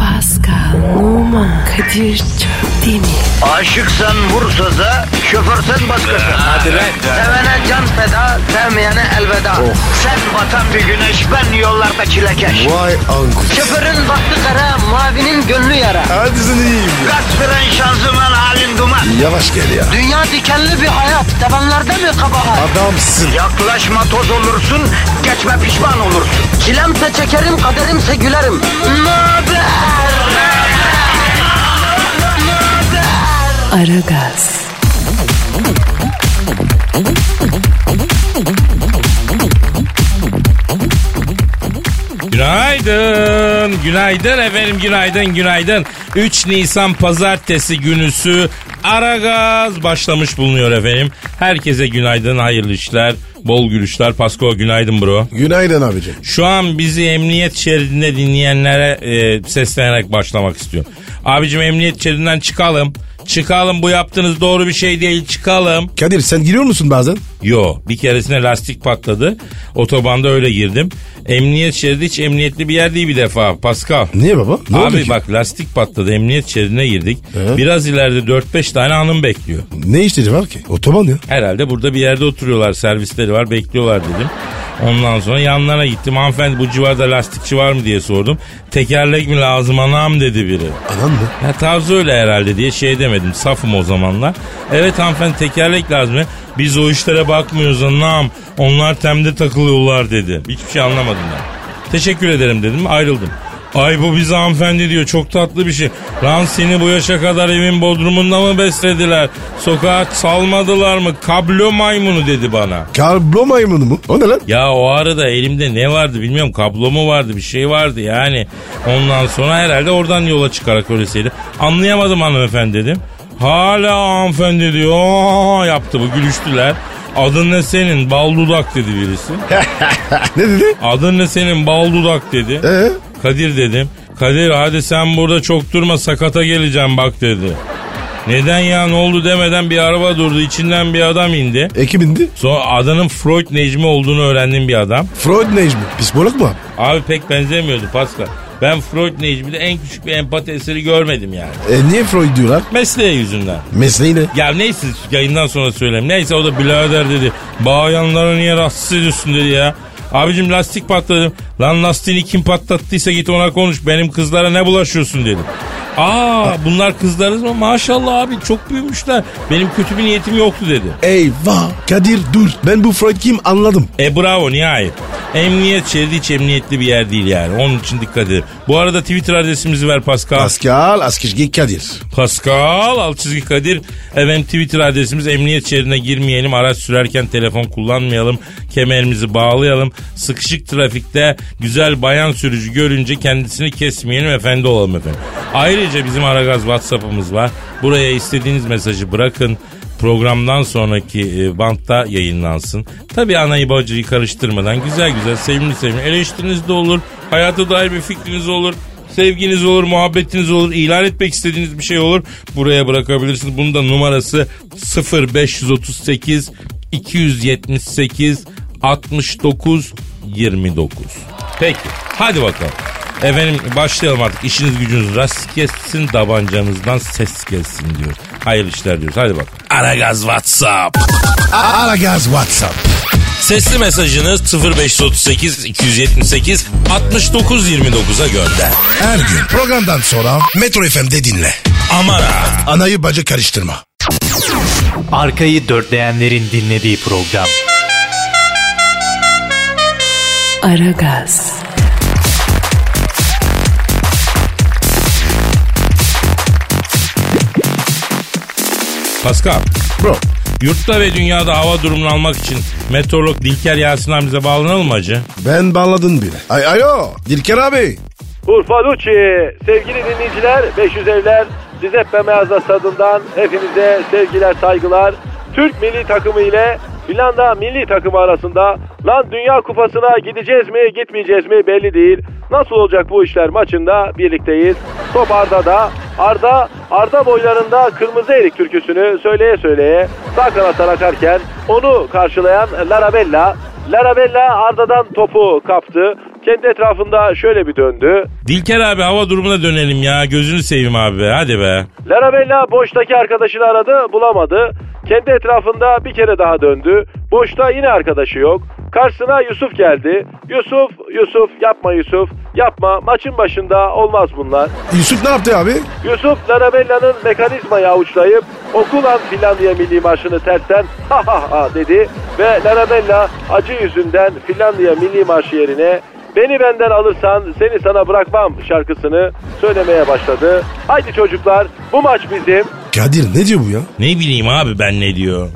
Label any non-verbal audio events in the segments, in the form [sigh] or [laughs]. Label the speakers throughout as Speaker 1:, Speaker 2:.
Speaker 1: Pascal, Oman, Kadir çok değil mi?
Speaker 2: Aşıksan vursa da şoförsen başkasın. Hadi
Speaker 3: lan.
Speaker 2: Sevene can feda, sevmeyene elveda. Sen batan bir güneş, ben yollarda çilekeş.
Speaker 3: Vay anku.
Speaker 2: Şoförün baktı kara, mavinin gönlü yara.
Speaker 3: Hadi sen iyiyim ya.
Speaker 2: Kasperen şanzıman halin duman.
Speaker 3: Yavaş gel ya.
Speaker 2: Dünya dikenli bir hayat, sevenlerde mi kabahar?
Speaker 3: Adamsın.
Speaker 2: Yaklaşma toz olursun, geçme pişman olursun. Çilemse çekerim, kaderimse gülerim. Möber!
Speaker 1: Aragaz,
Speaker 4: Günaydın, günaydın efendim, günaydın, günaydın. 3 Nisan Pazartesi günüsü Aragaz başlamış bulunuyor efendim. Herkese günaydın, hayırlı işler, bol gülüşler. Pasko günaydın bro.
Speaker 3: Günaydın abicim.
Speaker 4: Şu an bizi emniyet şeridinde dinleyenlere e, seslenerek başlamak istiyorum. Abicim emniyet şeridinden çıkalım. Çıkalım bu yaptığınız doğru bir şey değil çıkalım.
Speaker 3: Kadir sen giriyor musun bazen?
Speaker 4: Yo bir keresinde lastik patladı. Otobanda öyle girdim. Emniyet şeridi hiç emniyetli bir yer değil bir defa Pascal.
Speaker 3: Niye baba? Ne oldu
Speaker 4: Abi
Speaker 3: ki?
Speaker 4: bak lastik patladı emniyet şeridine girdik.
Speaker 3: Ee?
Speaker 4: Biraz ileride 4-5 tane hanım bekliyor.
Speaker 3: Ne işleri var ki? Otoban ya.
Speaker 4: Herhalde burada bir yerde oturuyorlar servisleri var bekliyorlar dedim. Ondan sonra yanlarına gittim hanımefendi bu civarda lastikçi var mı diye sordum. Tekerlek mi lazım anam dedi biri.
Speaker 3: Anan mı?
Speaker 4: Ya tarzı öyle herhalde diye şey demedim. Safım o zamanlar. Evet hanımefendi tekerlek lazım. Biz o işlere bakmıyoruz anam. Onlar temde takılıyorlar dedi. Hiçbir şey anlamadım ben. Teşekkür ederim dedim ayrıldım. Ay bu bize hanımefendi diyor çok tatlı bir şey. Lan seni bu yaşa kadar evin bodrumunda mı beslediler? Sokağa salmadılar mı? Kablo maymunu dedi bana.
Speaker 3: Kablo maymunu mu? O ne lan?
Speaker 4: Ya o arada elimde ne vardı bilmiyorum kablo mu vardı bir şey vardı yani. Ondan sonra herhalde oradan yola çıkarak öyleseydi. Anlayamadım hanımefendi dedim. Hala hanımefendi diyor "Aa!" yaptı bu gülüştüler. Adın ne senin bal dudak dedi birisi.
Speaker 3: [laughs] ne dedi?
Speaker 4: Adın ne senin bal dudak dedi.
Speaker 3: Ee?
Speaker 4: Kadir dedim. Kadir hadi sen burada çok durma sakata geleceğim bak dedi. Neden ya ne oldu demeden bir araba durdu içinden bir adam indi.
Speaker 3: Ekim indi.
Speaker 4: Sonra adının Freud Necmi olduğunu öğrendim bir adam.
Speaker 3: Freud Necmi. Psikolog mu abi?
Speaker 4: Abi pek benzemiyordu Pascal. Ben Freud Necmi'de en küçük bir empati eseri görmedim yani.
Speaker 3: E, niye Freud diyorlar?
Speaker 4: Mesleğe yüzünden.
Speaker 3: Mesleği ne?
Speaker 4: Ya neyse yayından sonra söyleyeyim. Neyse o da birader dedi. Bayanlara niye rahatsız ediyorsun dedi ya. Abicim lastik patladı. Lan lastiğini kim patlattıysa git ona konuş. Benim kızlara ne bulaşıyorsun dedim. Aa bunlar kızlarız mı? Maşallah abi çok büyümüşler. Benim kötü bir niyetim yoktu dedi.
Speaker 3: Eyvah Kadir dur. Ben bu Freud kim anladım.
Speaker 4: E bravo nihayet. Emniyet şeridi hiç emniyetli bir yer değil yani. Onun için dikkat edin. Bu arada Twitter adresimizi ver Pascal.
Speaker 3: Pascal Askışgi Kadir.
Speaker 4: Pascal alt çizgi Kadir. Efendim Twitter adresimiz emniyet şeridine girmeyelim. Araç sürerken telefon kullanmayalım. Kemerimizi bağlayalım. Sıkışık trafikte güzel bayan sürücü görünce kendisini kesmeyelim efendi olalım efendim. Ayrıca bizim Aragaz Whatsapp'ımız var. Buraya istediğiniz mesajı bırakın. Programdan sonraki e, bantta yayınlansın. Tabi anayı bacıyı karıştırmadan güzel güzel sevimli sevimli eleştiriniz de olur. Hayata dair bir fikriniz olur. Sevginiz olur, muhabbetiniz olur, ilan etmek istediğiniz bir şey olur. Buraya bırakabilirsiniz. Bunun da numarası 0538 278 69 29. Peki hadi bakalım. Efendim başlayalım artık. İşiniz gücünüz rast kessin, tabancanızdan ses gelsin diyoruz. Hayırlı işler diyoruz. Hadi bakalım. Aragaz WhatsApp.
Speaker 3: Aragaz WhatsApp.
Speaker 4: Sesli mesajınız 0538 278 69 29'a gönder.
Speaker 3: Her gün programdan sonra Metro FM'de dinle.
Speaker 4: Amara.
Speaker 3: Anayı bacı karıştırma.
Speaker 5: Arkayı dörtleyenlerin dinlediği program.
Speaker 1: Aragaz,
Speaker 4: Pascal.
Speaker 3: Bro
Speaker 4: Yurtta ve dünyada hava durumunu almak için meteorolog Dilker Yasin abimize bağlanalım mı hacı?
Speaker 3: ben bağladım bile. Ay, alo Dilker abi.
Speaker 6: Urfaluçi sevgili dinleyiciler 550'ler Cizeppe Meazza stadından hepinize sevgiler saygılar. Türk milli takımı ile Finlanda milli takımı arasında lan Dünya Kupası'na gideceğiz mi gitmeyeceğiz mi belli değil. Nasıl olacak bu işler maçında birlikteyiz. Top Arda'da. Arda, Arda boylarında Kırmızı Erik türküsünü söyleye söyleye sağ kanattan akarken onu karşılayan Larabella Larabella Arda'dan topu kaptı.
Speaker 7: Kendi etrafında şöyle bir döndü.
Speaker 4: Dilker abi hava durumuna dönelim ya. Gözünü seveyim abi be. Hadi be.
Speaker 7: Larabella boştaki arkadaşını aradı bulamadı. Kendi etrafında bir kere daha döndü. Boşta yine arkadaşı yok. Karşısına Yusuf geldi. Yusuf, Yusuf yapma Yusuf. Yapma maçın başında olmaz bunlar.
Speaker 3: Yusuf ne yaptı abi?
Speaker 7: Yusuf Larabella'nın mekanizmayı avuçlayıp okulan Finlandiya milli marşını tersten ha ha ha dedi ve Larabella acı yüzünden Finlandiya milli marşı yerine Beni benden alırsan seni sana bırakmam şarkısını söylemeye başladı. Haydi çocuklar bu maç bizim.
Speaker 3: Kadir ne diyor bu ya?
Speaker 4: Ne bileyim abi ben ne diyor.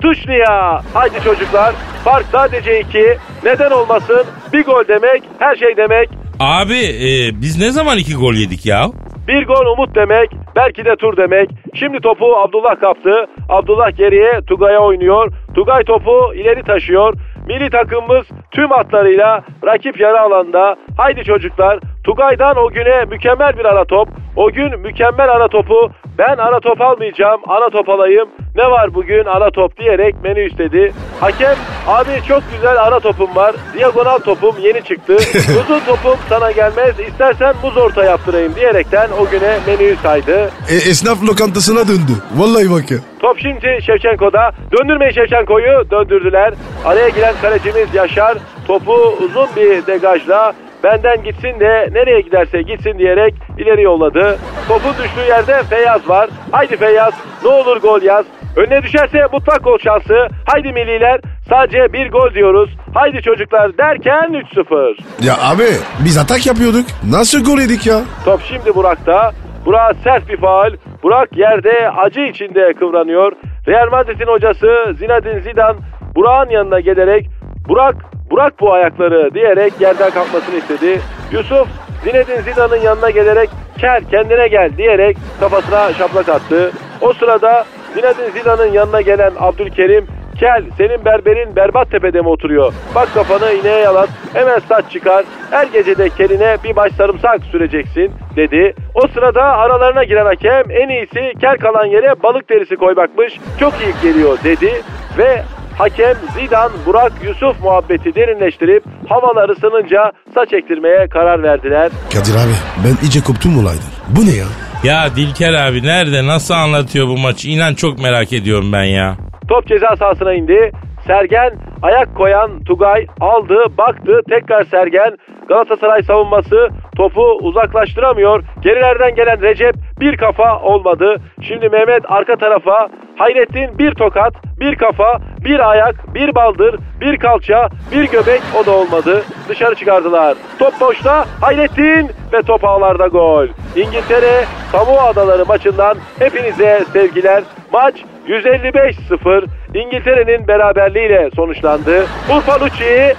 Speaker 7: Zapatuşnia. Haydi çocuklar fark sadece iki. Neden olmasın bir gol demek her şey demek.
Speaker 4: Abi e, biz ne zaman iki gol yedik ya?
Speaker 7: Bir gol umut demek, belki de tur demek. Şimdi topu Abdullah kaptı. Abdullah geriye Tugay'a oynuyor. Tugay topu ileri taşıyor. Milli takımımız tüm atlarıyla rakip yarı alanda. Haydi çocuklar. Tugay'dan o güne mükemmel bir ara top. O gün mükemmel ara topu. Ben ara top almayacağım, ana top alayım. Ne var bugün ara top diyerek menü istedi. Hakem abi çok güzel ara topum var. Diagonal topum yeni çıktı. Uzun topum sana gelmez. İstersen muz orta yaptırayım diyerekten o güne menüyü saydı.
Speaker 3: E, esnaf lokantasına döndü. Vallahi bak ya.
Speaker 7: Top şimdi Şevçenko'da. Döndürmeyin Şevçenko'yu. Döndürdüler. Araya giren kalecimiz Yaşar topu uzun bir degajla benden gitsin de nereye giderse gitsin diyerek ileri yolladı. Topun düştüğü yerde Feyyaz var. Haydi Feyyaz ne olur gol yaz. Önüne düşerse mutlak gol şansı. Haydi milliler sadece bir gol diyoruz. Haydi çocuklar derken 3-0.
Speaker 3: Ya abi biz atak yapıyorduk. Nasıl gol yedik ya?
Speaker 7: Top şimdi Burak'ta. Burak sert bir faal. Burak yerde acı içinde kıvranıyor. Real Madrid'in hocası Zinedine Zidane Burak'ın yanına gelerek Burak, Burak bu ayakları diyerek yerden kalkmasını istedi. Yusuf Zinedine Zidane'ın yanına gelerek kel kendine gel diyerek kafasına şaplak attı. O sırada Zinedine Zidane'ın yanına gelen Abdülkerim Kel senin berberin berbat tepede mi oturuyor? Bak kafanı ineğe yalat hemen saç çıkar. Her gece de keline bir baş sarımsak süreceksin dedi. O sırada aralarına giren hakem en iyisi kel kalan yere balık derisi koymakmış. Çok iyi geliyor dedi ve hakem Zidane Burak Yusuf muhabbeti derinleştirip havalar ısınınca saç ektirmeye karar verdiler.
Speaker 3: Kadir abi ben iyice koptum olaydan. Bu ne ya?
Speaker 4: Ya Dilker abi nerede nasıl anlatıyor bu maçı? İnan çok merak ediyorum ben ya.
Speaker 7: Top ceza sahasına indi. Sergen ayak koyan Tugay aldı, baktı, tekrar Sergen. Galatasaray savunması topu uzaklaştıramıyor. Gerilerden gelen Recep bir kafa olmadı. Şimdi Mehmet arka tarafa. Hayrettin bir tokat, bir kafa, bir ayak, bir baldır, bir kalça, bir göbek o da olmadı. Dışarı çıkardılar. Top boşta Hayrettin ve top ağlarda gol. İngiltere Samoa Adaları maçından hepinize sevgiler. Maç 155-0 İngiltere'nin beraberliğiyle sonuçlandı. Urfa Lucci'yi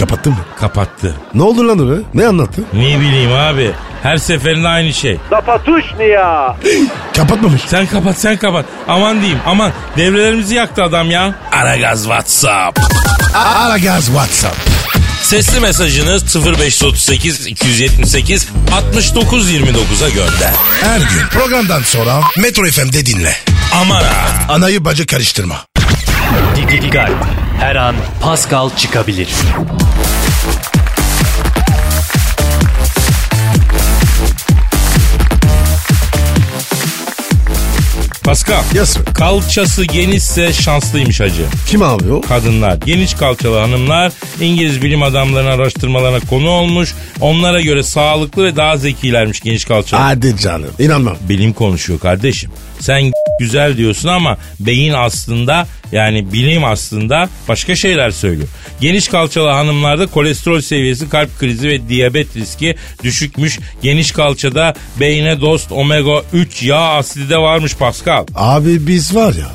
Speaker 3: Kapattın mı?
Speaker 4: Kapattı.
Speaker 3: Ne oldu lan öyle? Ne anlattı?
Speaker 4: Ne bileyim abi. Her seferinde aynı şey.
Speaker 7: Zapatuşnia.
Speaker 3: Kapatmamış.
Speaker 4: Sen kapat sen kapat. Aman diyeyim aman. Devrelerimizi yaktı adam ya. Aragaz WhatsApp.
Speaker 3: Ara gaz WhatsApp.
Speaker 4: Sesli mesajınız 0538 278 69 29'a gönder.
Speaker 3: Her gün programdan sonra Metro FM'de dinle.
Speaker 4: Aman ha.
Speaker 3: Anayı bacı karıştırma.
Speaker 5: Didi Gal. Her an Pascal çıkabilir.
Speaker 4: Pascal.
Speaker 3: Yes sir.
Speaker 4: Kalçası genişse şanslıymış hacı.
Speaker 3: Kim abi o?
Speaker 4: Kadınlar, geniş kalçalı hanımlar İngiliz bilim adamlarının araştırmalarına konu olmuş. Onlara göre sağlıklı ve daha zekilermiş geniş kalçalı.
Speaker 3: Hadi canım. İnanmam.
Speaker 4: bilim konuşuyor kardeşim. Sen güzel diyorsun ama beyin aslında yani bilim aslında başka şeyler söylüyor. Geniş kalçalı hanımlarda kolesterol seviyesi, kalp krizi ve diyabet riski düşükmüş. Geniş kalçada beyne dost omega 3 yağ asidi de varmış Pascal.
Speaker 3: Abi biz var ya.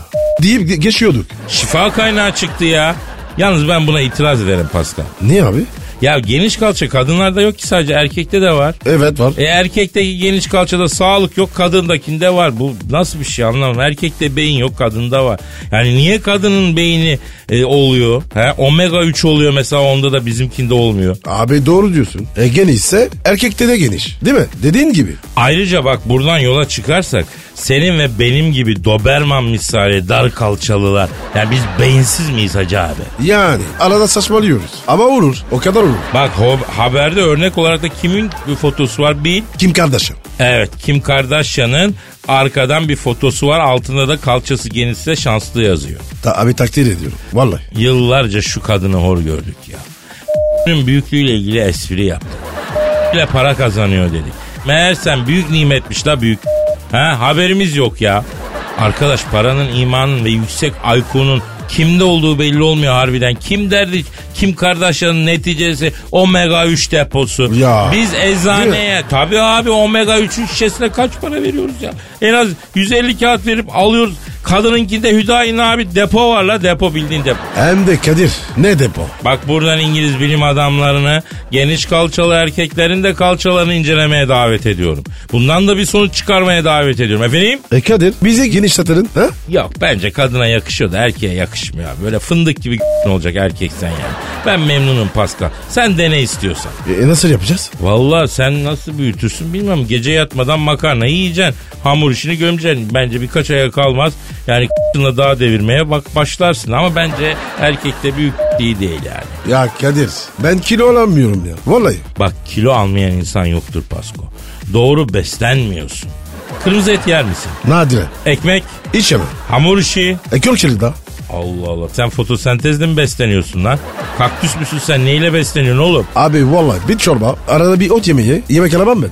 Speaker 3: Deyip ge- geçiyorduk.
Speaker 4: Şifa kaynağı çıktı ya. Yalnız ben buna itiraz ederim Pascal.
Speaker 3: Niye abi?
Speaker 4: Ya geniş kalça kadınlarda yok ki sadece erkekte de var.
Speaker 3: Evet var.
Speaker 4: E erkekteki geniş kalçada sağlık yok kadındakinde var. Bu nasıl bir şey anlamadım. Erkekte beyin yok kadında var. Yani niye kadının beyni e, oluyor? He? Omega 3 oluyor mesela onda da bizimkinde olmuyor.
Speaker 3: Abi doğru diyorsun. E genişse erkekte de geniş. Değil mi? Dediğin gibi.
Speaker 4: Ayrıca bak buradan yola çıkarsak Senin ve benim gibi Doberman misali dar kalçalılar. Yani biz beyinsiz miyiz hacı abi?
Speaker 3: Yani arada saçmalıyoruz. Ama olur. O kadar olur.
Speaker 4: Bak ho- haberde örnek olarak da kimin bir fotosu var? Bil.
Speaker 3: Kim kardeşim?
Speaker 4: Evet Kim Kardashian'ın arkadan bir fotosu var. Altında da kalçası genişse şanslı yazıyor.
Speaker 3: Ta, abi takdir ediyorum. Vallahi.
Speaker 4: Yıllarca şu kadını hor gördük ya. Bunun büyüklüğüyle ilgili espri yaptık. ile para kazanıyor dedik. Meğersem büyük nimetmiş la büyük. Ha haberimiz yok ya. Arkadaş paranın, imanın ve yüksek IQ'nun kimde olduğu belli olmuyor harbiden. Kim derdi Kim Kardashian'ın neticesi omega 3 deposu.
Speaker 3: Ya.
Speaker 4: Biz eczaneye tabii abi omega 3'ün şişesine kaç para veriyoruz ya? En az 150 kağıt verip alıyoruz. Kadınınkinde Hüdayin abi depo var la depo bildiğin depo.
Speaker 3: Hem de Kadir. Ne depo?
Speaker 4: Bak buradan İngiliz bilim adamlarını geniş kalçalı erkeklerin de kalçalarını incelemeye davet ediyorum. Bundan da bir sonuç çıkarmaya davet ediyorum efendim.
Speaker 3: E Kadir bizi genişletelim. Ha?
Speaker 4: Yok bence kadına yakışıyor da erkeğe yakışmıyor. abi. Böyle fındık gibi [laughs] olacak erkeksen yani. Ben memnunum Pascal. Sen dene istiyorsan.
Speaker 3: E, nasıl yapacağız?
Speaker 4: Valla sen nasıl büyütürsün bilmiyorum. Gece yatmadan makarna yiyeceksin. Hamur işini gömeceksin. Bence birkaç aya kalmaz. Yani [laughs] k***ınla daha devirmeye bak başlarsın. Ama bence erkekte büyük [laughs] değil değil yani.
Speaker 3: Ya Kadir ben kilo alamıyorum ya. Vallahi.
Speaker 4: Bak kilo almayan insan yoktur Pasko. Doğru beslenmiyorsun. Kırmızı et yer misin?
Speaker 3: Nadire.
Speaker 4: Ekmek,
Speaker 3: İçemem.
Speaker 4: hamur işi.
Speaker 3: E kilo da.
Speaker 4: Allah Allah. Sen fotosentezle mi besleniyorsun lan? Kaktüs müsün sen? Neyle besleniyorsun oğlum?
Speaker 3: Abi vallahi bir çorba. Arada bir ot yemeği. Yemek alamam ben.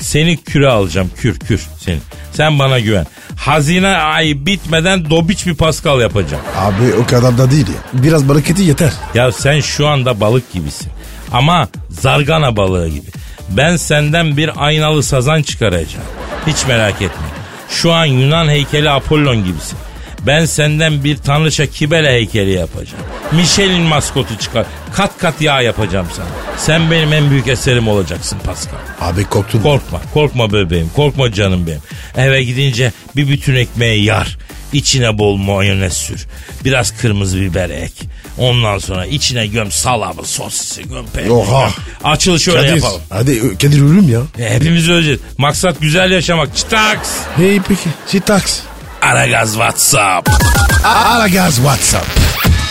Speaker 4: Seni küre alacağım. Kür kür seni. Sen bana güven. Hazine ayı bitmeden dobiç bir paskal yapacağım.
Speaker 3: Abi o kadar da değil ya. Biraz bereketi yeter.
Speaker 4: Ya sen şu anda balık gibisin. Ama zargana balığı gibi. Ben senden bir aynalı sazan çıkaracağım. Hiç merak etme. Şu an Yunan heykeli Apollon gibisin. Ben senden bir tanrıça Kibele heykeli yapacağım. Michelin maskotu çıkar. Kat kat yağ yapacağım sana. Sen benim en büyük eserim olacaksın Pascal.
Speaker 3: Abi korktun.
Speaker 4: Korkma, korkma bebeğim, korkma canım benim. Eve gidince bir bütün ekmeği yar. İçine bol mayonez sür. Biraz kırmızı biber ek. Ondan sonra içine göm salamı, sosisi, göm peynir.
Speaker 3: Oha.
Speaker 4: Açılışı öyle
Speaker 3: Kadir.
Speaker 4: yapalım.
Speaker 3: Hadi ö- Kadir ölüm ya.
Speaker 4: E, Hepimiz öleceğiz. Maksat güzel yaşamak. Çıtaks.
Speaker 3: Hey peki. Sitaks.
Speaker 4: Aragaz WhatsApp.
Speaker 3: Aragaz WhatsApp.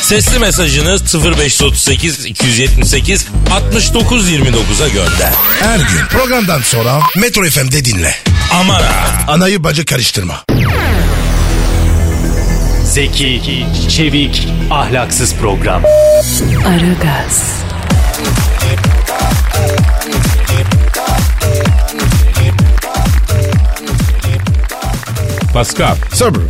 Speaker 4: Sesli mesajınız 0538 278 69 29'a gönder.
Speaker 3: Her gün programdan sonra Metro FM'de dinle.
Speaker 4: Aman ha.
Speaker 3: Anayı bacı karıştırma.
Speaker 5: Zeki, çevik, ahlaksız program.
Speaker 1: Aragaz,
Speaker 4: Pascal,
Speaker 3: Sabır.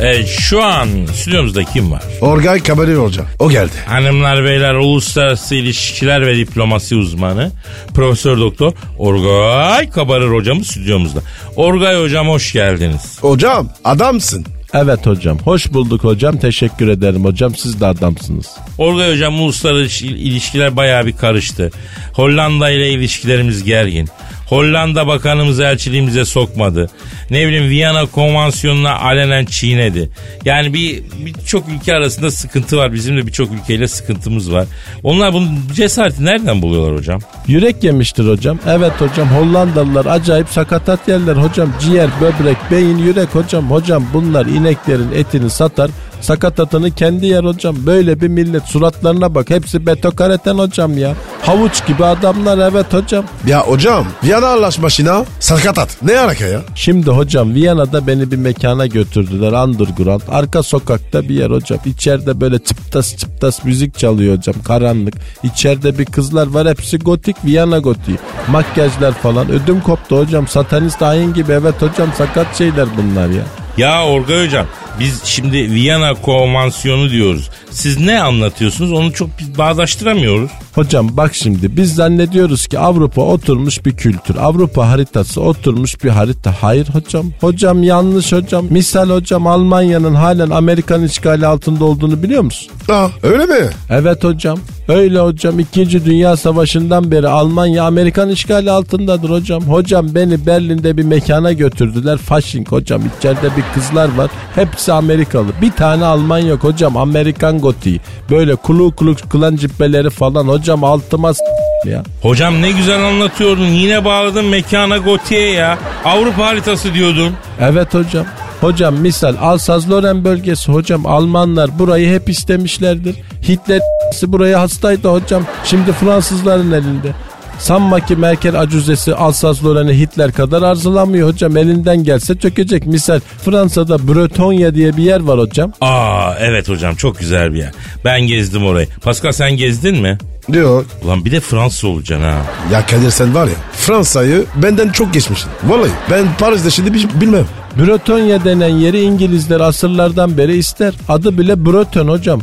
Speaker 4: e, şu an stüdyomuzda kim var?
Speaker 3: Orgay Kabari Hoca. O geldi.
Speaker 4: Hanımlar beyler uluslararası ilişkiler ve diplomasi uzmanı Profesör Doktor Orgay Kabarır hocamız stüdyomuzda. Orgay hocam hoş geldiniz.
Speaker 3: Hocam adamsın.
Speaker 7: Evet hocam. Hoş bulduk hocam. Teşekkür ederim hocam. Siz de adamsınız.
Speaker 4: Orgay hocam uluslararası il- ilişkiler bayağı bir karıştı. Hollanda ile ilişkilerimiz gergin. Hollanda bakanımız elçiliğimize sokmadı. Ne bileyim Viyana konvansiyonuna alenen çiğnedi. Yani bir birçok ülke arasında sıkıntı var. Bizim de birçok ülkeyle sıkıntımız var. Onlar bunun cesareti nereden buluyorlar hocam?
Speaker 7: Yürek yemiştir hocam. Evet hocam. Hollandalılar acayip sakatat yerler hocam. Ciğer, böbrek, beyin, yürek hocam. Hocam bunlar ineklerin etini satar. Sakatatını kendi yer hocam. Böyle bir millet suratlarına bak. Hepsi betokareten hocam ya. Havuç gibi adamlar evet hocam.
Speaker 3: Ya hocam Viyana anlaşmasına sarkatat. Ne alaka ya?
Speaker 7: Şimdi hocam Viyana'da beni bir mekana götürdüler underground. Arka sokakta bir yer hocam. İçeride böyle çıptas çıptas müzik çalıyor hocam. Karanlık. İçeride bir kızlar var hepsi gotik Viyana gotiği. Makyajlar falan. Ödüm koptu hocam. Satanist ayin gibi evet hocam sakat şeyler bunlar ya.
Speaker 4: Ya Orgay Hocam biz şimdi Viyana Konvansiyonu diyoruz. Siz ne anlatıyorsunuz onu çok biz bağdaştıramıyoruz.
Speaker 7: Hocam bak şimdi biz zannediyoruz ki Avrupa oturmuş bir kültür. Avrupa haritası oturmuş bir harita. Hayır hocam. Hocam yanlış hocam. Misal hocam Almanya'nın halen Amerikan işgali altında olduğunu biliyor musun?
Speaker 3: Aa, öyle mi?
Speaker 7: Evet hocam. Öyle hocam. İkinci Dünya Savaşı'ndan beri Almanya Amerikan işgali altındadır hocam. Hocam beni Berlin'de bir mekana götürdüler. Fasching hocam. İçeride bir kızlar var. Hepsi Amerikalı. Bir tane Alman yok hocam. Amerikan gotiği. Böyle kulu kulu kılan cübbeleri falan. Hocam altıma s- sürekli ya.
Speaker 4: Hocam ne güzel anlatıyordun. Yine bağladın mekana Goti'ye ya. Avrupa haritası diyordun.
Speaker 7: Evet hocam. Hocam misal Alsaz-Loren bölgesi hocam Almanlar burayı hep istemişlerdir. Hitler [laughs] burayı hastaydı hocam. Şimdi Fransızların elinde. Sanma ki Merkel acuzesi Alsaz-Loren'i Hitler kadar arzulamıyor hocam. Elinden gelse çökecek. Misal Fransa'da Bretonya diye bir yer var hocam.
Speaker 4: Aa evet hocam çok güzel bir yer. Ben gezdim orayı. Pascal sen gezdin mi?
Speaker 3: Diyor.
Speaker 4: Ulan bir de Fransız olacaksın ha.
Speaker 3: Ya Kadir sen var ya Fransa'yı benden çok geçmişsin. Vallahi ben Paris'te şimdi bil- bilmem.
Speaker 7: Bretonya denen yeri İngilizler asırlardan beri ister. Adı bile Breton hocam.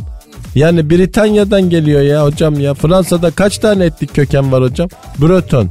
Speaker 7: Yani Britanya'dan geliyor ya hocam ya. Fransa'da kaç tane etnik köken var hocam? Breton,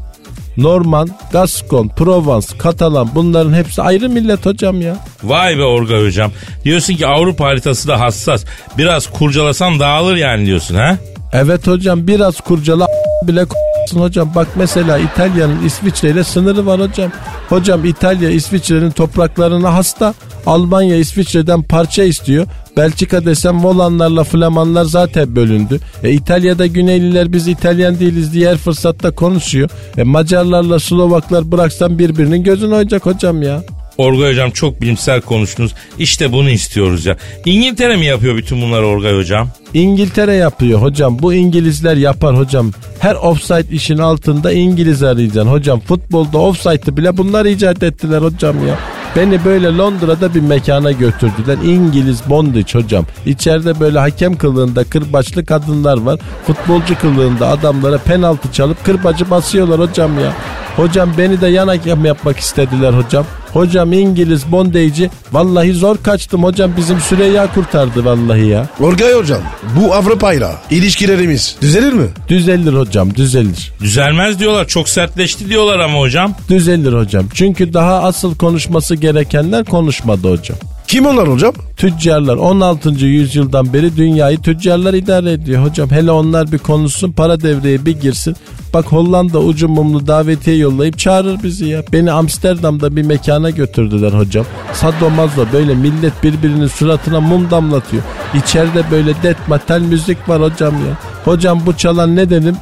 Speaker 7: Norman, Gaskon, Provence, Katalan bunların hepsi ayrı millet hocam ya.
Speaker 4: Vay be Orga hocam. Diyorsun ki Avrupa haritası da hassas. Biraz kurcalasan dağılır yani diyorsun ha?
Speaker 7: Evet hocam biraz kurcala bile k***sın hocam. Bak mesela İtalya'nın İsviçre ile sınırı var hocam. Hocam İtalya İsviçre'nin topraklarına hasta. Almanya İsviçre'den parça istiyor. Belçika desem Volanlarla Flamanlar zaten bölündü. E, İtalya'da Güneyliler biz İtalyan değiliz diye her fırsatta konuşuyor. E, Macarlarla Slovaklar bıraksan birbirinin gözünü oyacak hocam ya.
Speaker 4: Orgay hocam çok bilimsel konuştunuz. İşte bunu istiyoruz ya. İngiltere mi yapıyor bütün bunları Orgay hocam?
Speaker 7: İngiltere yapıyor hocam. Bu İngilizler yapar hocam. Her offside işin altında İngiliz arayacaksın hocam. Futbolda offside'ı bile bunlar icat ettiler hocam ya. Beni böyle Londra'da bir mekana götürdüler. İngiliz bondage hocam. İçeride böyle hakem kılığında kırbaçlı kadınlar var. Futbolcu kılığında adamlara penaltı çalıp kırbacı basıyorlar hocam ya. Hocam beni de yan hakem yapmak istediler hocam. Hocam İngiliz bondeyci. Vallahi zor kaçtım hocam. Bizim Süreyya kurtardı vallahi ya.
Speaker 3: Orgay hocam bu Avrupa'yla ilişkilerimiz düzelir mi?
Speaker 7: Düzelir hocam düzelir.
Speaker 4: Düzelmez diyorlar. Çok sertleşti diyorlar ama hocam.
Speaker 7: Düzelir hocam. Çünkü daha asıl konuşması gerekenler konuşmadı hocam.
Speaker 3: Kim onlar hocam?
Speaker 7: Tüccarlar 16. yüzyıldan beri dünyayı tüccarlar idare ediyor hocam. Hele onlar bir konuşsun para devreye bir girsin. Bak Hollanda ucu mumlu davetiye yollayıp çağırır bizi ya. Beni Amsterdam'da bir mekana götürdüler hocam. Sadomaso böyle millet birbirinin suratına mum damlatıyor. İçeride böyle death metal müzik var hocam ya. Hocam bu çalan ne dedim?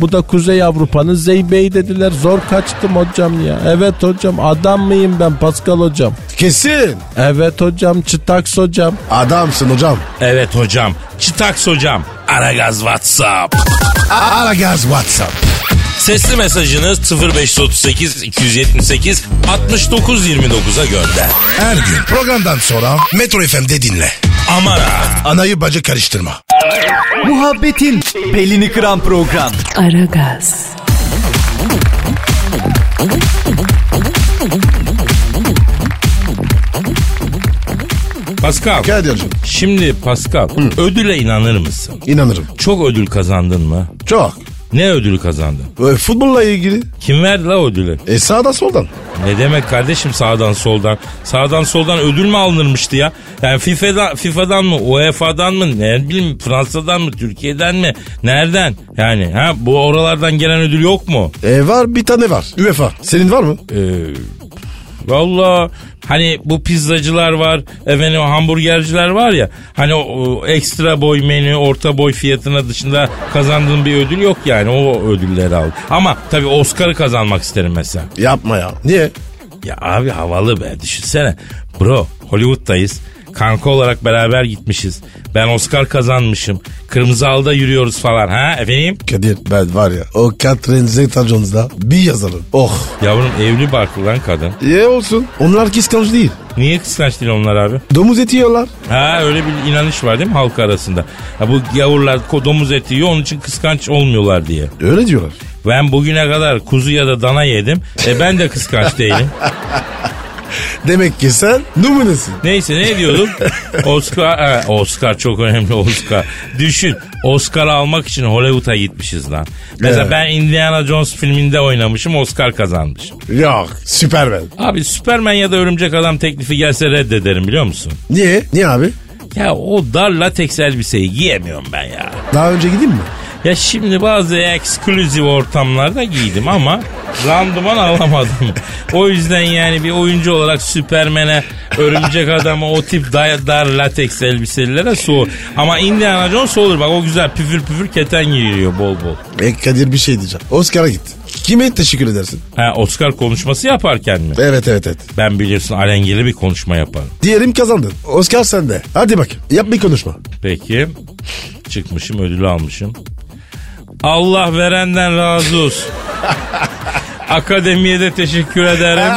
Speaker 7: Bu da Kuzey Avrupa'nın Zeybe'yi dediler. Zor kaçtım hocam ya. Evet hocam adam mıyım ben Pascal hocam?
Speaker 3: Kesin.
Speaker 7: Evet hocam çıtaks hocam.
Speaker 3: Adamsın hocam.
Speaker 4: Evet hocam. Çıtaks hocam. Aragaz WhatsApp.
Speaker 3: Aragaz WhatsApp.
Speaker 4: Sesli mesajınız 0538 278 69 29'a gönder.
Speaker 3: Her gün programdan sonra Metro FM'de dinle.
Speaker 4: Amara.
Speaker 3: Anayı bacı karıştırma.
Speaker 5: Muhabbetin belini kıran program.
Speaker 1: Aragaz,
Speaker 4: Pascal.
Speaker 3: Kadir'cim
Speaker 4: Şimdi Pascal ödüle inanır mısın?
Speaker 3: inanırım.
Speaker 4: Çok ödül kazandın mı?
Speaker 3: Çok.
Speaker 4: Ne ödül kazandın?
Speaker 3: Ee, Futbolla ilgili.
Speaker 4: Kim verdi la ödülü?
Speaker 3: E sağdan soldan.
Speaker 4: Ne demek kardeşim sağdan soldan? Sağdan soldan ödül mü alınırmıştı ya? Yani FIFA'dan, FIFA'dan mı, UEFA'dan mı, ne bileyim Fransa'dan mı, Türkiye'den mi? Nereden? Yani ha bu oralardan gelen ödül yok mu?
Speaker 3: E var bir tane var. UEFA. Senin var mı? E,
Speaker 4: Ee, Valla hani bu pizzacılar var efendim o hamburgerciler var ya hani o, o ekstra boy menü orta boy fiyatına dışında kazandığın bir ödül yok yani o ödülleri al. Ama tabii Oscar'ı kazanmak isterim mesela.
Speaker 3: Yapma ya. Niye?
Speaker 4: Ya abi havalı be düşünsene. Bro Hollywood'dayız. Kanka olarak beraber gitmişiz. Ben Oscar kazanmışım. Kırmızı alda yürüyoruz falan. Ha efendim?
Speaker 3: Kadir ben var ya o Catherine Zeta-Jones'da bir yazarım. Oh.
Speaker 4: Yavrum evli barklı lan kadın.
Speaker 3: İyi olsun. Onlar kıskanç değil.
Speaker 4: Niye kıskanç değil onlar abi?
Speaker 3: Domuz eti yiyorlar.
Speaker 4: Ha öyle bir inanış var değil mi halk arasında? Ha, bu yavrular ko- domuz eti yiyor onun için kıskanç olmuyorlar diye.
Speaker 3: Öyle diyorlar.
Speaker 4: Ben bugüne kadar kuzu ya da dana yedim. E ben de kıskanç değilim.
Speaker 3: Demek ki sen numunesin.
Speaker 4: Neyse ne diyordum? Oscar, ha, Oscar çok önemli Oscar. Düşün Oscar almak için Hollywood'a gitmişiz lan. Mesela
Speaker 3: Evet.
Speaker 4: ben Indiana Jones filminde oynamışım Oscar kazanmışım.
Speaker 3: Yok Süpermen.
Speaker 4: Abi Superman ya da Örümcek Adam teklifi gelse reddederim biliyor musun?
Speaker 3: Niye? Niye abi?
Speaker 4: Ya o dar lateks elbiseyi giyemiyorum ben ya.
Speaker 3: Daha önce gideyim mi?
Speaker 4: Ya şimdi bazı ekskluziv ortamlarda giydim ama randıman alamadım. O yüzden yani bir oyuncu olarak Süpermen'e, Örümcek Adam'a o tip dar, dar lateks elbiselilere soğur. Ama Indiana Jones olur bak o güzel püfür püfür keten giriyor bol bol.
Speaker 3: E Kadir bir şey diyeceğim. Oscar'a git. Kime teşekkür edersin?
Speaker 4: Ha, Oscar konuşması yaparken mi?
Speaker 3: Evet evet evet.
Speaker 4: Ben biliyorsun alengili bir konuşma yaparım.
Speaker 3: Diyelim kazandın. Oscar sende. Hadi bak yap bir konuşma.
Speaker 4: Peki. Çıkmışım ödülü almışım. Allah verenden razı olsun. Akademiye de teşekkür ederim.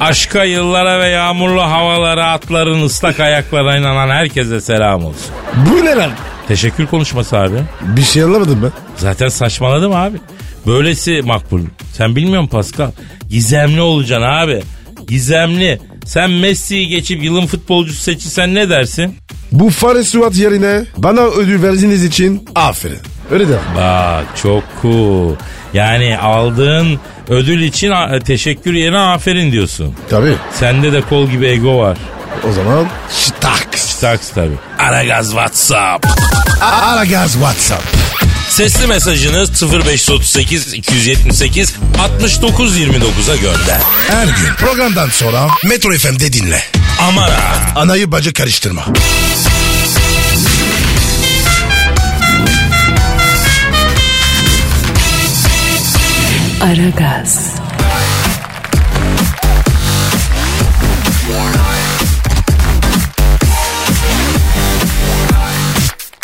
Speaker 4: Aşka yıllara ve yağmurlu havalara atların ıslak ayaklara inanan herkese selam olsun.
Speaker 3: Bu ne lan?
Speaker 4: Teşekkür konuşması abi.
Speaker 3: Bir şey anlamadım ben.
Speaker 4: Zaten saçmaladım abi. Böylesi makbul. Sen bilmiyor musun Pascal? Gizemli olacaksın abi. Gizemli. Sen Messi'yi geçip yılın futbolcusu seçilsen ne dersin?
Speaker 3: Bu fare suat yerine bana ödül verdiğiniz için aferin. Öyle de.
Speaker 4: Bak çok cool. Yani aldığın ödül için a- teşekkür yerine aferin diyorsun.
Speaker 3: Tabii.
Speaker 4: Sende de kol gibi ego var.
Speaker 3: O zaman şıtak.
Speaker 4: Taks tabii. Aragaz WhatsApp.
Speaker 3: Aragaz WhatsApp.
Speaker 4: Sesli mesajınız 0538 278 69 29'a gönder.
Speaker 3: Her gün programdan sonra Metro FM'de dinle.
Speaker 4: Amara.
Speaker 3: Anayı bacı karıştırma.
Speaker 1: Aragaz,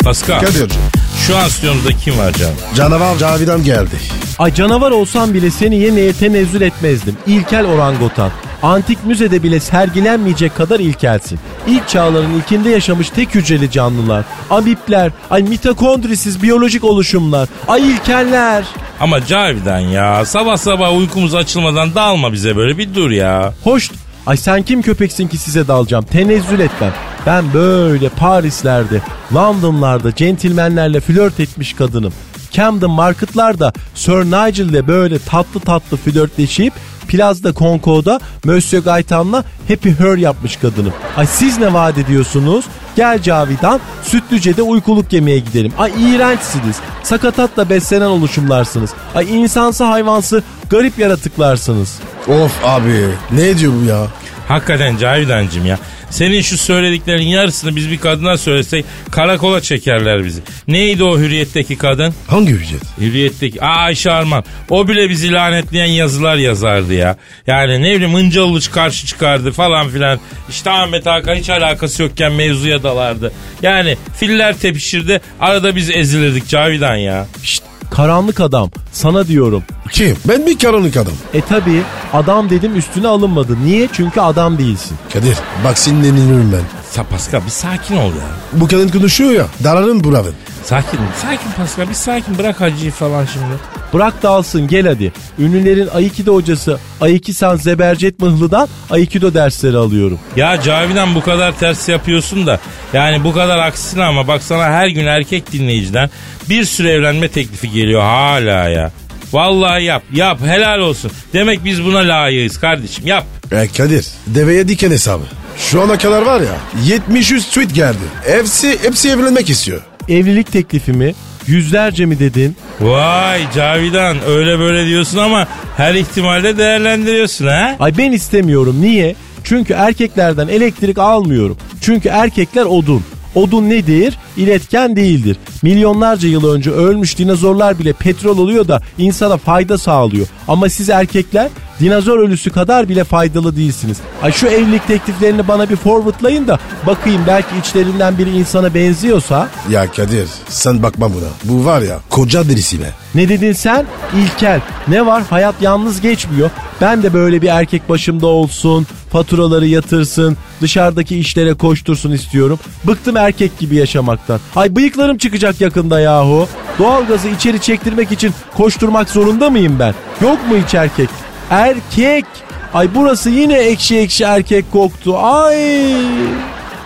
Speaker 4: Pascal.
Speaker 3: Kadir'cim.
Speaker 4: Şu an stüdyomuzda kim var canım?
Speaker 3: Canavar Cavidan geldi.
Speaker 7: Ay canavar olsam bile seni yemeye tenezzül etmezdim. İlkel orangotan. Antik müzede bile sergilenmeyecek kadar ilkelsin. İlk çağların ilkinde yaşamış tek hücreli canlılar. Amipler, ay mitokondrisiz biyolojik oluşumlar. Ay ilkeller.
Speaker 4: Ama Cavidan ya sabah sabah uykumuz açılmadan dalma bize böyle bir dur ya.
Speaker 7: Hoş. Ay sen kim köpeksin ki size dalacağım. Tenezzül etmem. Ben böyle Parislerde, Londonlarda centilmenlerle flört etmiş kadınım. Camden Market'larda Sir Nigel'le böyle tatlı tatlı flörtleşip Plaza Concord'a Monsieur Gaytan'la Happy Her yapmış kadınım. Ay siz ne vaat ediyorsunuz? Gel Cavidan, Sütlüce'de uykuluk yemeye gidelim. Ay iğrençsiniz. Sakatatla beslenen oluşumlarsınız. Ay insansı hayvansı garip yaratıklarsınız.
Speaker 3: Of abi ne diyor bu ya?
Speaker 4: Hakikaten Cavidan'cım ya. Senin şu söylediklerin yarısını biz bir kadına söylesek karakola çekerler bizi. Neydi o hürriyetteki kadın?
Speaker 3: Hangi ücret?
Speaker 4: Hürriyetteki Aa, Ayşe Arman. O bile bizi lanetleyen yazılar yazardı ya. Yani ne bileyim Hıncalıç karşı çıkardı falan filan. İşte Ahmet Hakan hiç alakası yokken mevzuya dalardı. Yani filler tepişirdi. Arada biz ezilirdik Cavidan ya.
Speaker 7: Şşt, karanlık adam sana diyorum.
Speaker 3: Kim? Ben bir karanlık adam.
Speaker 7: E tabi adam dedim üstüne alınmadı. Niye? Çünkü adam değilsin.
Speaker 3: Kadir bak sinirleniyorum ben.
Speaker 4: Sa Pascal bir sakin ol ya.
Speaker 3: Bu kadın konuşuyor ya. Dararın buravın.
Speaker 4: Sakin, sakin Pascal bir sakin bırak hacıyı falan şimdi.
Speaker 7: Bırak da alsın gel hadi. Ünlülerin Aikido hocası Aikisan Zebercet Mıhlı'dan Aikido dersleri alıyorum.
Speaker 4: Ya Cavidan bu kadar ters yapıyorsun da yani bu kadar aksine ama baksana her gün erkek dinleyiciden bir sürü evlenme teklifi geliyor hala ya. Vallahi yap yap helal olsun. Demek biz buna layığız kardeşim yap.
Speaker 3: E Kadir deveye diken hesabı. Şu ana kadar var ya 70-100 tweet geldi. Hepsi, hepsi evlenmek istiyor.
Speaker 7: Evlilik teklifimi yüzlerce mi dedin?
Speaker 4: Vay Cavidan öyle böyle diyorsun ama her ihtimalde değerlendiriyorsun ha.
Speaker 7: Ay ben istemiyorum. Niye? Çünkü erkeklerden elektrik almıyorum. Çünkü erkekler odun. Odun nedir? İletken değildir. Milyonlarca yıl önce ölmüş dinozorlar bile petrol oluyor da insana fayda sağlıyor. Ama siz erkekler dinozor ölüsü kadar bile faydalı değilsiniz. Ay şu evlilik tekliflerini bana bir forwardlayın da bakayım belki içlerinden biri insana benziyorsa.
Speaker 3: Ya Kadir sen bakma buna. Bu var ya koca derisi be.
Speaker 7: Ne dedin sen? İlkel. Ne var? Hayat yalnız geçmiyor. Ben de böyle bir erkek başımda olsun, faturaları yatırsın, dışarıdaki işlere koştursun istiyorum. Bıktım erkek gibi yaşamaktan. Ay bıyıklarım çıkacak yakında yahu. Doğalgazı içeri çektirmek için koşturmak zorunda mıyım ben? Yok mu hiç erkek? Erkek! Ay burası yine ekşi ekşi erkek koktu. Ay!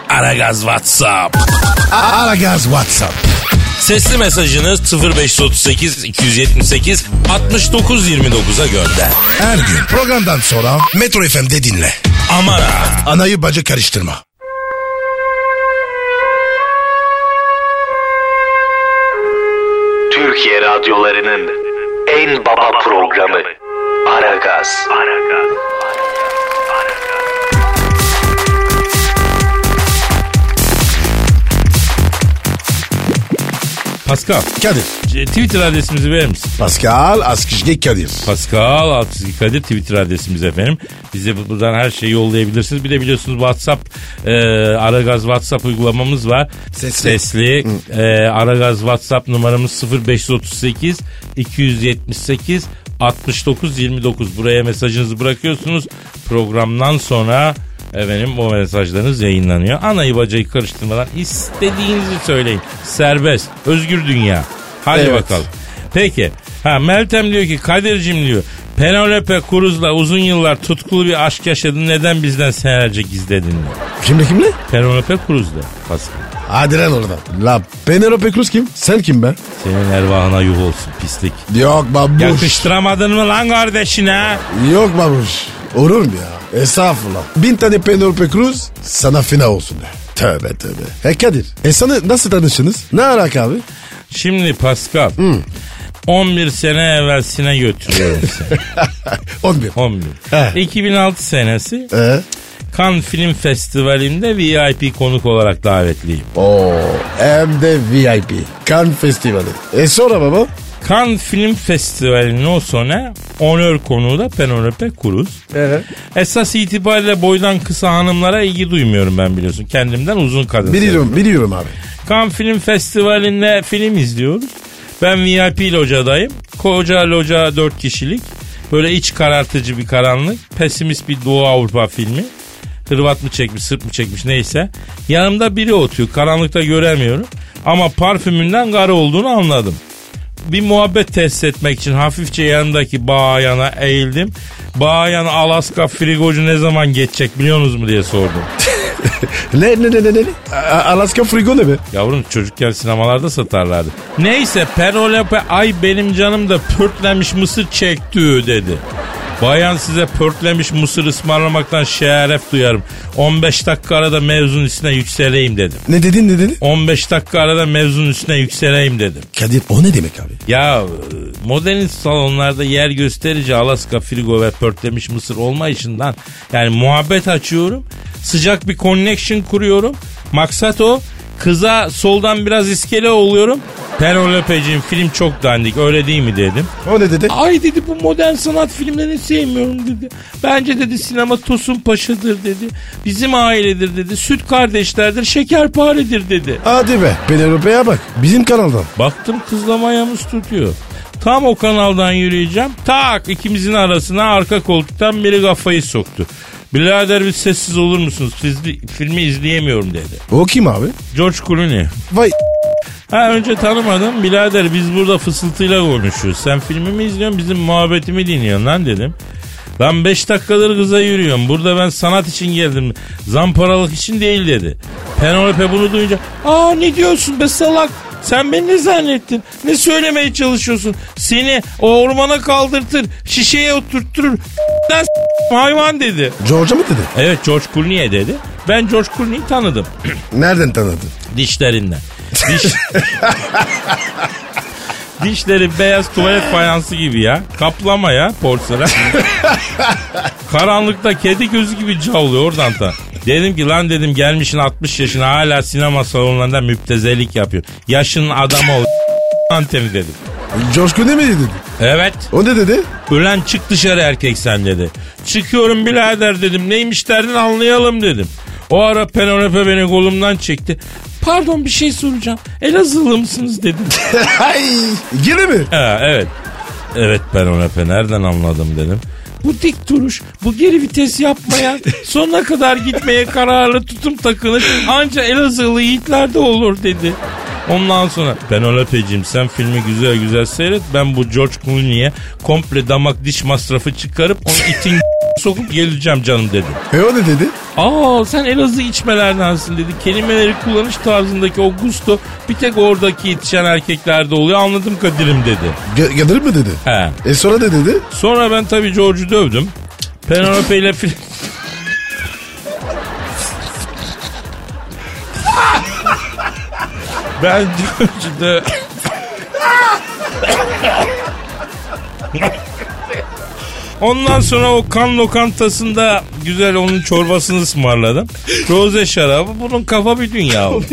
Speaker 4: Aragaz WhatsApp.
Speaker 3: Aragaz WhatsApp.
Speaker 4: Sesli mesajınız 0538 278 69 29'a gönder.
Speaker 3: Her gün programdan sonra Metro FM'de dinle.
Speaker 4: Amara.
Speaker 3: Anayı bacı karıştırma.
Speaker 8: Türkiye radyolarının en baba programı Aragaz.
Speaker 4: Pascal.
Speaker 3: Kadir.
Speaker 4: c- Twitter adresimizi verir misin?
Speaker 3: Pascal Askışge Kadir.
Speaker 4: Pascal Altçizgi Kadir Twitter adresimiz efendim. Bize bu- buradan her şeyi yollayabilirsiniz. Bir de biliyorsunuz WhatsApp, e, Aragaz WhatsApp uygulamamız var.
Speaker 3: Sesli.
Speaker 4: Sesli. E, Aragaz WhatsApp numaramız 0538 278 69 29. Buraya mesajınızı bırakıyorsunuz. Programdan sonra efendim bu mesajlarınız yayınlanıyor. Anayı bacayı karıştırmadan istediğinizi söyleyin. Serbest, özgür dünya. Hadi
Speaker 7: Evet.
Speaker 4: bakalım. Peki. Ha Meltem diyor ki Kadir'cim diyor. Penelope Cruz'la uzun yıllar tutkulu bir aşk yaşadın. Neden bizden senelerce gizledin diyor.
Speaker 3: Kimle kimle?
Speaker 4: Penelope Cruz'la. Pascal.
Speaker 3: Hadi lan oradan. La Penelope Cruz kim? Sen kim be?
Speaker 4: Senin ervahına yuh olsun pislik.
Speaker 3: Yok babuş.
Speaker 4: Yakıştıramadın mı lan kardeşine?
Speaker 3: Yok babuş. Olur mu ya? Estağfurullah. Bin tane Penelope Cruz sana fena olsun be. Tövbe tövbe. E Kadir. E sana nasıl tanıştınız? Ne alaka abi?
Speaker 4: Şimdi Pascal. 11 sene evvelsine götürüyorum seni.
Speaker 3: 11.
Speaker 4: 11.
Speaker 3: He.
Speaker 4: 2006 senesi
Speaker 3: E?
Speaker 4: Cannes Film Festivali'nde VIP konuk olarak davetliyim.
Speaker 3: Oo. Hem de VIP. Kan Festivali. E sonra baba?
Speaker 4: Cannes Film Festivali'nin o sona onör konuğu da Penelope Cruz.
Speaker 3: Evet.
Speaker 4: Esas itibariyle boydan kısa hanımlara ilgi duymuyorum ben biliyorsun. Kendimden uzun kadın.
Speaker 3: Biliyorum, biliyorum abi.
Speaker 4: Cannes Film Festivali'nde film izliyoruz. Ben VIP locadayım. Koca loca dört kişilik. Böyle iç karartıcı bir karanlık. Pesimist bir Doğu Avrupa filmi. Hırvat mı çekmiş, Sırp mı çekmiş neyse. Yanımda biri oturuyor. Karanlıkta göremiyorum. Ama parfümünden karı olduğunu anladım. Bir muhabbet test etmek için hafifçe yanındaki bayana eğildim. Bayana Alaska frigocu ne zaman geçecek biliyorsunuz mu diye sordum.
Speaker 3: Ne ne ne ne ne? ne? A- Alaska Frigo ne be?
Speaker 4: Yavrum çocukken sinemalarda satarlardı. Neyse Penelope ay benim canım da pörtlemiş mısır çekti dedi. Bayan size pörtlemiş mısır ısmarlamaktan şeref duyarım. 15 dakika arada mevzunun üstüne yükseleyim dedim.
Speaker 3: Ne dedin ne dedin?
Speaker 4: 15 dakika arada mevzunun üstüne yükseleyim dedim.
Speaker 3: Kadir o ne demek abi?
Speaker 4: Ya e, modern salonlarda yer gösterici Alaska frigo ve pörtlemiş mısır olma işinden yani muhabbet açıyorum. Sıcak bir connection kuruyorum. Maksat o. Kıza soldan biraz iskele oluyorum. Penelope'cim film çok dandik öyle değil mi dedim.
Speaker 3: O ne dedi?
Speaker 4: Ay dedi bu modern sanat filmlerini sevmiyorum dedi. Bence dedi sinema Tosun Paşa'dır dedi. Bizim ailedir dedi. Süt kardeşlerdir şekerparedir dedi.
Speaker 3: Hadi be Penelope'ye bak bizim kanaldan.
Speaker 4: Baktım kızlama yalnız tutuyor. Tam o kanaldan yürüyeceğim. Tak ikimizin arasına arka koltuktan biri kafayı soktu. Birader bir sessiz olur musunuz? Siz bir filmi izleyemiyorum dedi.
Speaker 3: O kim abi?
Speaker 4: George Clooney.
Speaker 3: Vay
Speaker 4: Ha önce tanımadım. Birader biz burada fısıltıyla konuşuyoruz. Sen filmi mi izliyorsun bizim muhabbetimi dinliyorsun lan dedim. Lan 5 dakikadır kıza yürüyorum. Burada ben sanat için geldim. Zamparalık için değil dedi. Penelope bunu duyunca aa ne diyorsun be salak. Sen beni ne zannettin? Ne söylemeye çalışıyorsun? Seni o ormana kaldırtır, şişeye oturtturur. Lan s- hayvan dedi.
Speaker 3: George'a mı dedi?
Speaker 4: Evet George Clooney dedi. Ben George Clooney'i tanıdım
Speaker 3: Nereden tanıdın?
Speaker 4: dişlerinden. Diş... Dişleri beyaz tuvalet fayansı gibi ya. Kaplama ya porselen. Karanlıkta kedi gözü gibi cavlıyor oradan da. Dedim ki lan dedim gelmişin 60 yaşına hala sinema salonlarında müptezelik yapıyor. Yaşının adamı ol. [laughs] Anteni dedim.
Speaker 3: George Clooney mi dedi?
Speaker 4: Evet.
Speaker 3: O ne dedi? [laughs]
Speaker 4: Ulan çık dışarı erkek sen dedi. Çıkıyorum birader dedim. Neymiş derdin anlayalım dedim. O ara Penelope beni kolumdan çekti. Pardon bir şey soracağım. Elazığlı mısınız dedi.
Speaker 3: Ay gene mi?
Speaker 4: ha, evet. Evet Penelope nereden anladım dedim. Bu dik duruş, bu geri vites yapmaya, sonuna kadar gitmeye kararlı tutum takınır anca Elazığlı yiğitlerde olur dedi. Ondan sonra Penelope'cim sen filmi güzel güzel seyret. Ben bu George Clooney'e komple damak diş masrafı çıkarıp onu itin [laughs] sokup geleceğim canım dedi.
Speaker 3: E o ne dedi?
Speaker 4: Aa sen Elazığ içmelerdensin dedi. Kelimeleri kullanış tarzındaki o gusto bir tek oradaki yetişen erkeklerde oluyor. Anladım Kadir'im dedi.
Speaker 3: G- Gadir mi dedi?
Speaker 4: He.
Speaker 3: E sonra ne dedi?
Speaker 4: Sonra ben tabii George'u dövdüm. Penelope ile film... ben George'u dö- Ondan sonra o kan lokantasında güzel onun çorbasını ısmarladım. Roze şarabı bunun kafa bir dünya oldu.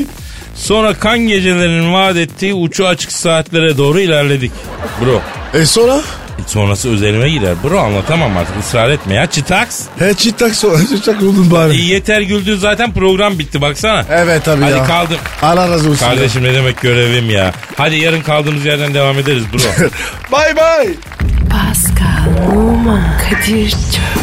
Speaker 4: Sonra kan gecelerinin vaat ettiği uçu açık saatlere doğru ilerledik. Bro.
Speaker 3: E sonra?
Speaker 4: Sonrası özelime girer. Bro anlatamam artık ısrar etme ya. Çıtaks.
Speaker 3: He çitlak sonra [laughs] çitlak oldun
Speaker 4: E,
Speaker 3: bari.
Speaker 4: yeter güldün zaten program bitti baksana.
Speaker 3: Evet tabii
Speaker 4: Hadi
Speaker 3: ya.
Speaker 4: kaldım.
Speaker 3: Allah razı olsun.
Speaker 4: Kardeşim ne demek görevim ya. Hadi yarın kaldığımız yerden devam ederiz bro.
Speaker 3: [laughs] Bay bay.
Speaker 1: Pascal, Oman, Kadir çok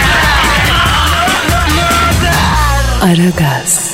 Speaker 1: Aragaz.